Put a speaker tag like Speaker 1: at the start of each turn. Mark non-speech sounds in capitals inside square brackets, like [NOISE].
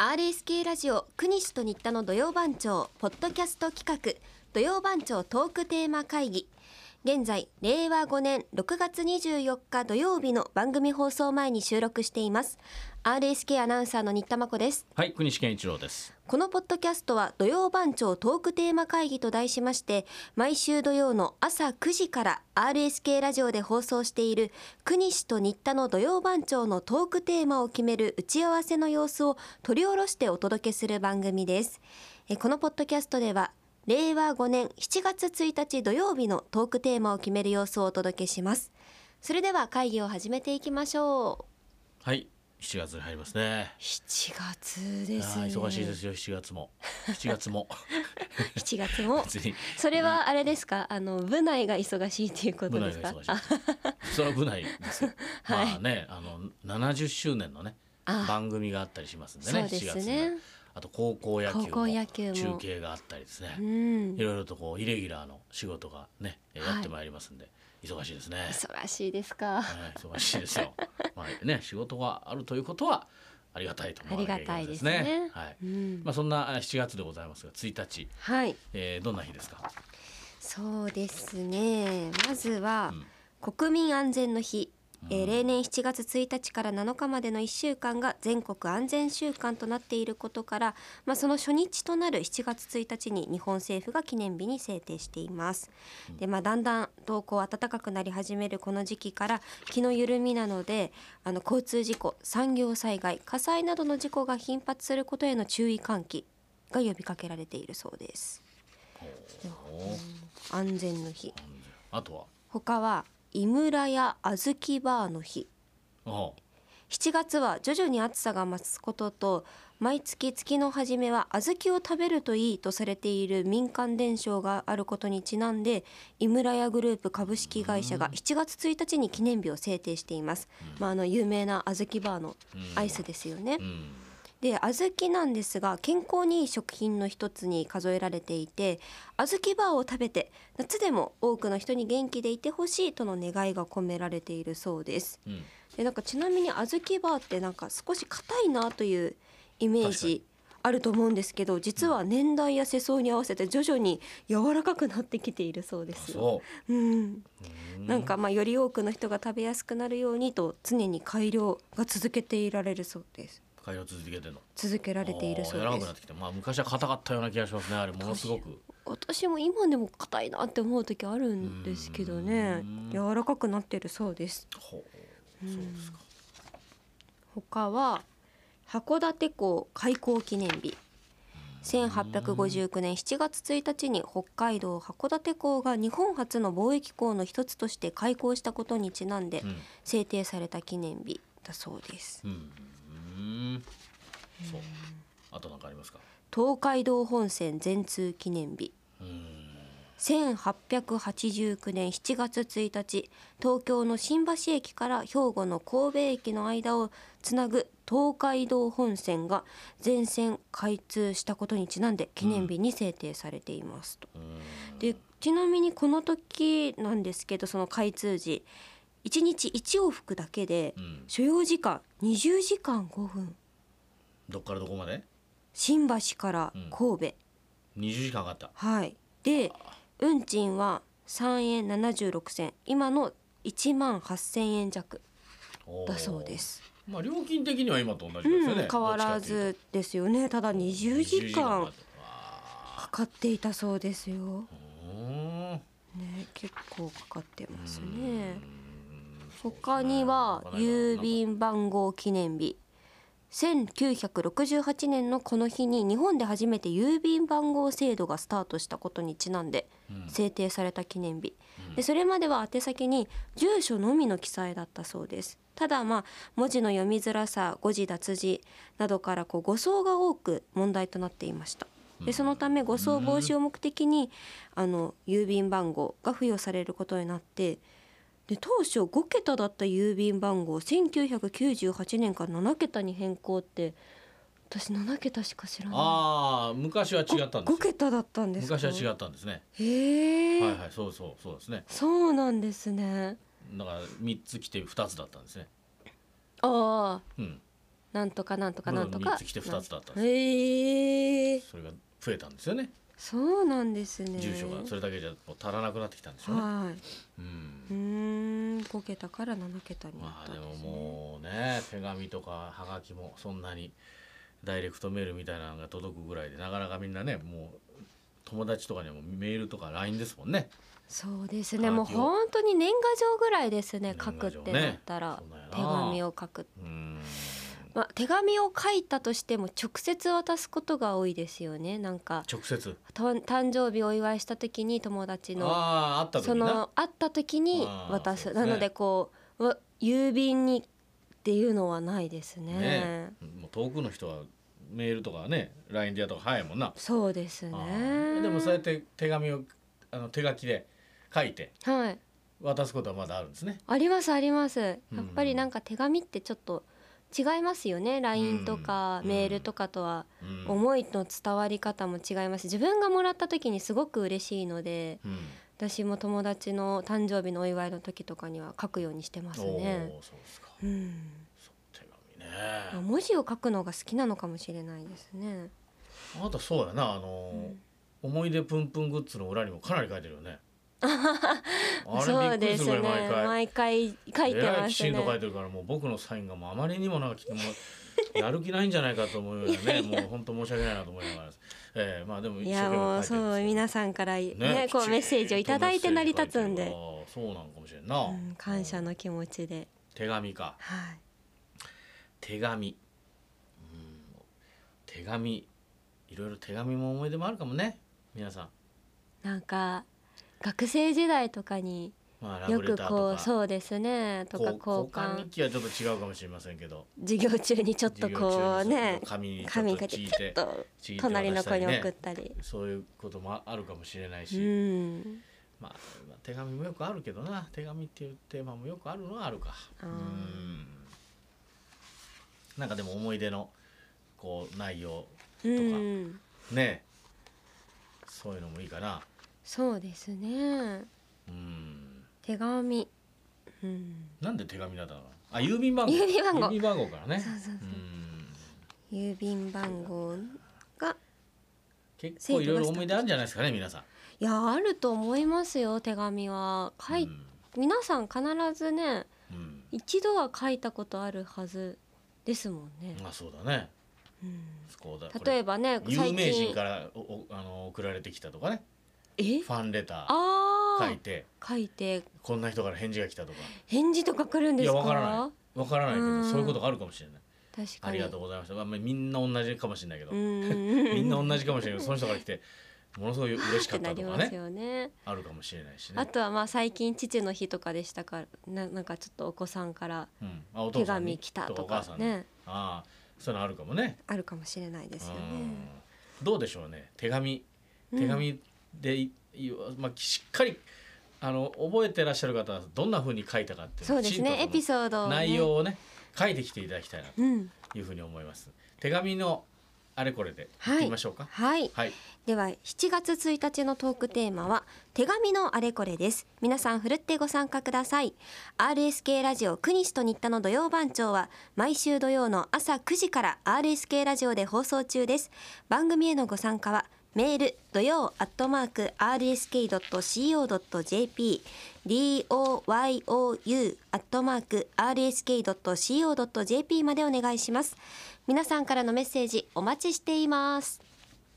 Speaker 1: RSK ラジオ国西と新田の土曜番長ポッドキャスト企画土曜番長トークテーマ会議現在令和5年6月24日土曜日の番組放送前に収録しています RSK アナウンサーの新田真子です
Speaker 2: はい、国試健一郎です。
Speaker 1: このポッドキャストは土曜番長トークテーマ会議と題しまして毎週土曜の朝9時から RSK ラジオで放送している国西と新田の土曜番長のトークテーマを決める打ち合わせの様子を取り下ろしてお届けする番組ですえこのポッドキャストでは令和5年7月1日土曜日のトークテーマを決める様子をお届けしますそれでは会議を始めていきましょう
Speaker 2: はい、7月に入りますね。
Speaker 1: 7月です
Speaker 2: あ
Speaker 1: ね
Speaker 2: ー忙しいですよ、7月も。7
Speaker 1: [LAUGHS]
Speaker 2: 月も。
Speaker 1: 7月も
Speaker 2: 別に、
Speaker 1: それはあれですか、あの部内が忙しいっていうこと
Speaker 2: 部
Speaker 1: で
Speaker 2: 内
Speaker 1: す
Speaker 2: が
Speaker 1: か
Speaker 2: 忙。しいです。それは部内ですよ。
Speaker 1: [LAUGHS] はい
Speaker 2: まあね、あの、70周年のね、
Speaker 1: あ
Speaker 2: 番組があったりしますんで
Speaker 1: そ
Speaker 2: ね、
Speaker 1: うです
Speaker 2: 7月
Speaker 1: ね
Speaker 2: に。あと、高校野
Speaker 1: 高校野
Speaker 2: 球
Speaker 1: 球
Speaker 2: も
Speaker 1: も
Speaker 2: 中継があったりですね
Speaker 1: う。ん
Speaker 2: い、ろいろとこう、イレギュラーの仕事がね、え
Speaker 1: はい
Speaker 2: やってまいりますんで、忙しいですね。
Speaker 1: 忙しいですか。
Speaker 2: はい、忙しいですよ。まあね、仕事があるということは、ありがたいと思わなきゃいけないです
Speaker 1: ありがたい
Speaker 2: ね
Speaker 1: で。すね
Speaker 2: はい。
Speaker 1: うん、
Speaker 2: まあそんなあ7月でございますが1日、
Speaker 1: はい、
Speaker 2: えー、どんな日ですか。
Speaker 1: そうですね。まずは
Speaker 2: うん、
Speaker 1: 国民安全の日。えー
Speaker 2: うん
Speaker 1: 例年7月1日から7日までの1週間が全国安全週間となっていることから、まあ、その初日となる7月1日に日本政府が記念日に制定しています。でまあ、だんだんとこう暖かくなり始めるこの時期から気の緩みなのであの交通事故産業災害火災などの事故が頻発することへの注意喚起が呼びかけられているそうです。
Speaker 2: おー
Speaker 1: 安全の日
Speaker 2: あとは
Speaker 1: 他は井村屋あずきバーの日
Speaker 2: あ
Speaker 1: 7月は徐々に暑さが増すことと毎月月の初めは小豆を食べるといいとされている民間伝承があることにちなんで井村屋グループ株式会社が7月1日に記念日を制定しています、まあ、あの有名な小豆バーのアイスですよね、
Speaker 2: ーうん
Speaker 1: で小豆なんですが健康にいい食品の一つに数えられていて小豆バーを食べて夏でも多くの人に元気でいてほしいとの願いが込められているそうです
Speaker 2: うん
Speaker 1: でなんかちなみに小豆バーってなんか少し硬いなというイメー
Speaker 2: 確かに
Speaker 1: ジあると思うんですけど実は年代や世相に合わせて徐々に柔らかくなってきているそうで
Speaker 2: あ
Speaker 1: すよ。
Speaker 2: そう
Speaker 1: うん、
Speaker 2: う
Speaker 1: なんかまあより多くの人が食べやすくなるようにと常に改良が続けていられるそうです。
Speaker 2: 会話続けてんの。
Speaker 1: 続けられているそう
Speaker 2: あー柔らか
Speaker 1: で
Speaker 2: くな
Speaker 1: す
Speaker 2: ってきて、まあ昔は硬かったような気がしますね。あれものすごく。
Speaker 1: 私も今でも硬いなって思う時あるんですけどね
Speaker 2: うん
Speaker 1: 柔らかくなってるそうです
Speaker 2: ほうそうですか。
Speaker 1: 他は函館港開港記念日1859年7月1日に北海道函館港が日本初の貿易港の一つとして開港したことにちなんで
Speaker 2: うん
Speaker 1: 制定された記念日だそうです
Speaker 2: うんうんそう。あとなんかありますか。
Speaker 1: 東海道本線全通記念日
Speaker 2: うん
Speaker 1: 1889年7月1日東京の新橋駅から兵庫の神戸駅の間をつなぐ東海道本線が全線開通したことにちなんで記念日に制定されていますと。
Speaker 2: うん
Speaker 1: でちなみにこの時なんですけどその開通時1日1往復だけで
Speaker 2: うん
Speaker 1: 所要時間20時間5分
Speaker 2: どっからどこまで？
Speaker 1: 新橋から神戸、
Speaker 2: 20時間かかった。
Speaker 1: はい。で、運賃は三円七十六銭、今の一万八千円弱
Speaker 2: おー
Speaker 1: だそうで。す。
Speaker 2: まあ料金的には今と同じですよ
Speaker 1: う
Speaker 2: ね。
Speaker 1: ん、変わらずですよね。ただ二十時間
Speaker 2: かか
Speaker 1: かかっていたそうですよ。
Speaker 2: るわー
Speaker 1: ね、結構かかってます
Speaker 2: うー
Speaker 1: ね
Speaker 2: ん。
Speaker 1: 他には
Speaker 2: そうですね
Speaker 1: 郵便番号記念日。1968年のこの日に日本で初めて郵便番号制度がスタートしたことにちなんで
Speaker 2: うん
Speaker 1: 制定された記念日でそれまでは宛先に住所のみの記載だったそうですただまあ文字の読みづらさ誤字脱字などからこう誤送が多く問題となっていましたでそのため誤送防止を目的にあの郵便番号が付与されることになってで当初5桁だった郵便番号を1998年から7桁に変更って私7桁しか知らな
Speaker 2: ああ昔は違
Speaker 1: い
Speaker 2: ったん
Speaker 1: 5
Speaker 2: ですよ。
Speaker 1: 桁だったんですか
Speaker 2: 昔は違ったんですね。
Speaker 1: へえ、
Speaker 2: はいはいそうそうそうですね。
Speaker 1: そうなんですね。
Speaker 2: だから三つ来て二つだったんですね。
Speaker 1: ああ、
Speaker 2: うん。
Speaker 1: なんとかなんとか
Speaker 2: ブ
Speaker 1: な
Speaker 2: ロ
Speaker 1: んと
Speaker 2: グ
Speaker 1: か
Speaker 2: 三つ来て二つだったんです。
Speaker 1: へえ
Speaker 2: それが増えたんですよね。
Speaker 1: そうなんですね
Speaker 2: 住所がそれだけじゃもう足らなくなってきたんでしょうね。
Speaker 1: は
Speaker 2: う。
Speaker 1: いうんーん5桁から7桁にな
Speaker 2: ま
Speaker 1: っ
Speaker 2: あ
Speaker 1: たん
Speaker 2: でも
Speaker 1: ですね、
Speaker 2: もうね手紙とかはがきもそんなにダイレクトメールみたいなのが届くぐらいでなかなかみんなねもう友達とかにはもうメールとか LINE ですもんね。
Speaker 1: そうですね
Speaker 2: は
Speaker 1: もう
Speaker 2: がきを
Speaker 1: 本当に年賀状ぐらいですね
Speaker 2: 年
Speaker 1: 書く
Speaker 2: 賀
Speaker 1: っ
Speaker 2: 状
Speaker 1: て
Speaker 2: ね
Speaker 1: なったら、
Speaker 2: そうだよな
Speaker 1: 手紙を書く、
Speaker 2: うん。
Speaker 1: まあ、手紙を書いたとしても直接渡すことが多いですよねなんか
Speaker 2: 直接。
Speaker 1: た誕生日お祝いした時に友達の
Speaker 2: あああった時
Speaker 1: そ
Speaker 2: にな。
Speaker 1: の会った時に渡す
Speaker 2: あーそうです
Speaker 1: な
Speaker 2: ね
Speaker 1: のでこうわ郵便にっていうのはないですね
Speaker 2: ねもう遠くの人はメールとかね LINE でやった方が早いもんな、
Speaker 1: そうです
Speaker 2: あ
Speaker 1: ね
Speaker 2: ーでもそうやって手紙をあの手書きで書いて
Speaker 1: はい
Speaker 2: 渡すことはまだあるんですね
Speaker 1: ありますありますや
Speaker 2: うん
Speaker 1: っぱりなんか手紙ってちょっと違いますよね LINE とか
Speaker 2: うん
Speaker 1: メールとかとは
Speaker 2: うん、
Speaker 1: 思いの伝わり方も違いますし自分がもらった時にすごく嬉しいので
Speaker 2: うん
Speaker 1: 私も友達の誕生日のお祝いの時とかには書くようにしてますね
Speaker 2: おーそうですか
Speaker 1: うん
Speaker 2: そう手紙
Speaker 1: あ
Speaker 2: ね
Speaker 1: 文字を書くのが好きなのかもしれないですね
Speaker 2: あなたそうやなあのー、
Speaker 1: うん
Speaker 2: 思い出プンプングッズの裏にもかなり書いてるよね
Speaker 1: [LAUGHS]
Speaker 2: あ
Speaker 1: そ
Speaker 2: れび
Speaker 1: う
Speaker 2: っく
Speaker 1: で
Speaker 2: り
Speaker 1: す
Speaker 2: する
Speaker 1: ね
Speaker 2: よ毎回
Speaker 1: 毎回書いて
Speaker 2: えら
Speaker 1: ま
Speaker 2: き
Speaker 1: す
Speaker 2: ちんと書い
Speaker 1: ね
Speaker 2: てるからもう僕のサインがもうあまりにもなんかきもうやる気ないんじゃないかと思うようなねもう本当申し訳ないなと思いながらです、えー、まあでも
Speaker 1: い
Speaker 2: 一生
Speaker 1: や
Speaker 2: 懸
Speaker 1: も
Speaker 2: 命
Speaker 1: う
Speaker 2: 書いてる
Speaker 1: そうん
Speaker 2: ですよ
Speaker 1: 皆さんからね
Speaker 2: ね
Speaker 1: こうメッセージをいただいて成り立つん
Speaker 2: あ
Speaker 1: で、
Speaker 2: ーそうなのかもしれんな、
Speaker 1: うん、感謝の気持ちで
Speaker 2: 手紙か
Speaker 1: はい
Speaker 2: 手紙うん手紙いろいろ手紙も思い出もあるかもね皆さん
Speaker 1: なんか学生時代とかに
Speaker 2: まあラ
Speaker 1: よ
Speaker 2: ブレ
Speaker 1: く
Speaker 2: ター
Speaker 1: こ
Speaker 2: と
Speaker 1: う
Speaker 2: か
Speaker 1: そうですねとか
Speaker 2: こ
Speaker 1: 交
Speaker 2: う交換日
Speaker 1: 換
Speaker 2: 記はちょっと違うかもしれませんけど
Speaker 1: 授業中にちょっと
Speaker 2: 授業中
Speaker 1: こう
Speaker 2: に
Speaker 1: ね
Speaker 2: 紙にちょっ
Speaker 1: 紙
Speaker 2: と
Speaker 1: かけ
Speaker 2: ち
Speaker 1: て
Speaker 2: い
Speaker 1: ちょってと
Speaker 2: ちぎって
Speaker 1: 隣の
Speaker 2: 渡し
Speaker 1: 子
Speaker 2: たり
Speaker 1: に
Speaker 2: ね
Speaker 1: 送ったり
Speaker 2: そういうこともあるかもしれないうし、
Speaker 1: ん
Speaker 2: まあ、まあ手紙もよくあるけどな手紙っていうテーマもよくあるのはあるか
Speaker 1: あー
Speaker 2: うんなんかでも思い出のこう内容
Speaker 1: うん
Speaker 2: ねそういうのもいいかな
Speaker 1: そうですね
Speaker 2: うん
Speaker 1: 手紙うん
Speaker 2: なんで手紙なんだろうあ郵便番号
Speaker 1: 郵便番号
Speaker 2: 郵便番号からね
Speaker 1: そうそうそう
Speaker 2: うん
Speaker 1: 郵便番号が
Speaker 2: 結構いろいろ思い出あるんじゃないですかね皆さん
Speaker 1: いやあると思いますよ手紙は書い、
Speaker 2: うん
Speaker 1: 皆さん必ずね
Speaker 2: うん
Speaker 1: 一度は書いたことあるはずですもんね、
Speaker 2: まあそうだね
Speaker 1: うん、
Speaker 2: そうだ
Speaker 1: 例
Speaker 2: え
Speaker 1: えばね
Speaker 2: 有
Speaker 1: 最
Speaker 2: 名人
Speaker 1: 近
Speaker 2: からおおあの送られてきたとかね
Speaker 1: え
Speaker 2: ファンレター
Speaker 1: あ
Speaker 2: 書
Speaker 1: ー
Speaker 2: いて
Speaker 1: 書いて
Speaker 2: こんな人から返事が来たとか
Speaker 1: 返事とか来るん
Speaker 2: い
Speaker 1: です
Speaker 2: や
Speaker 1: か
Speaker 2: わからないわからないけ
Speaker 1: う
Speaker 2: ど
Speaker 1: ん
Speaker 2: そういうことがあるかもしれない
Speaker 1: 確か
Speaker 2: あ
Speaker 1: に
Speaker 2: りがとうございました、まあ、みんな同じかもしれないけど、
Speaker 1: ん
Speaker 2: みんな同じかもしれないけどその人から来てものすごい嬉しか
Speaker 1: っ
Speaker 2: って
Speaker 1: な
Speaker 2: た
Speaker 1: り [LAUGHS]
Speaker 2: とか
Speaker 1: ます
Speaker 2: ね
Speaker 1: よね
Speaker 2: あるかもしれないし
Speaker 1: あ
Speaker 2: ね、
Speaker 1: とはまあ最近父の日とかでしたからななんかちょっとお子さんから
Speaker 2: うん、あお
Speaker 1: 手
Speaker 2: 父さんに
Speaker 1: 紙来たと
Speaker 2: お母
Speaker 1: か
Speaker 2: さんに
Speaker 1: ね
Speaker 2: ああそういうのあるかもね
Speaker 1: あるかもしれないですよね
Speaker 2: うんどうでしょうね手紙手紙でい、いまあ、しっかりあの覚えてらっしゃる方はどんな風に書いたかってい
Speaker 1: そうですねエピ
Speaker 2: ー
Speaker 1: ソードをね
Speaker 2: 内容をね書いてきていただきたいな
Speaker 1: うん
Speaker 2: というふうに思います手紙のあれこれで
Speaker 1: はい
Speaker 2: いきましょうか
Speaker 1: はい
Speaker 2: はい、
Speaker 1: では7月1日のトークテーマは手紙のあれこれです皆さんふるってご参加ください RSK ラジオ国西と新田の土曜番長は毎週土曜の朝9時から RSK ラジオで放送中です番組へのご参加はメール土曜アットマーク RSK.CO.JP DOYOU アットマーク RSK.CO.JP までお願いします皆さんからのメッセージお待ちしています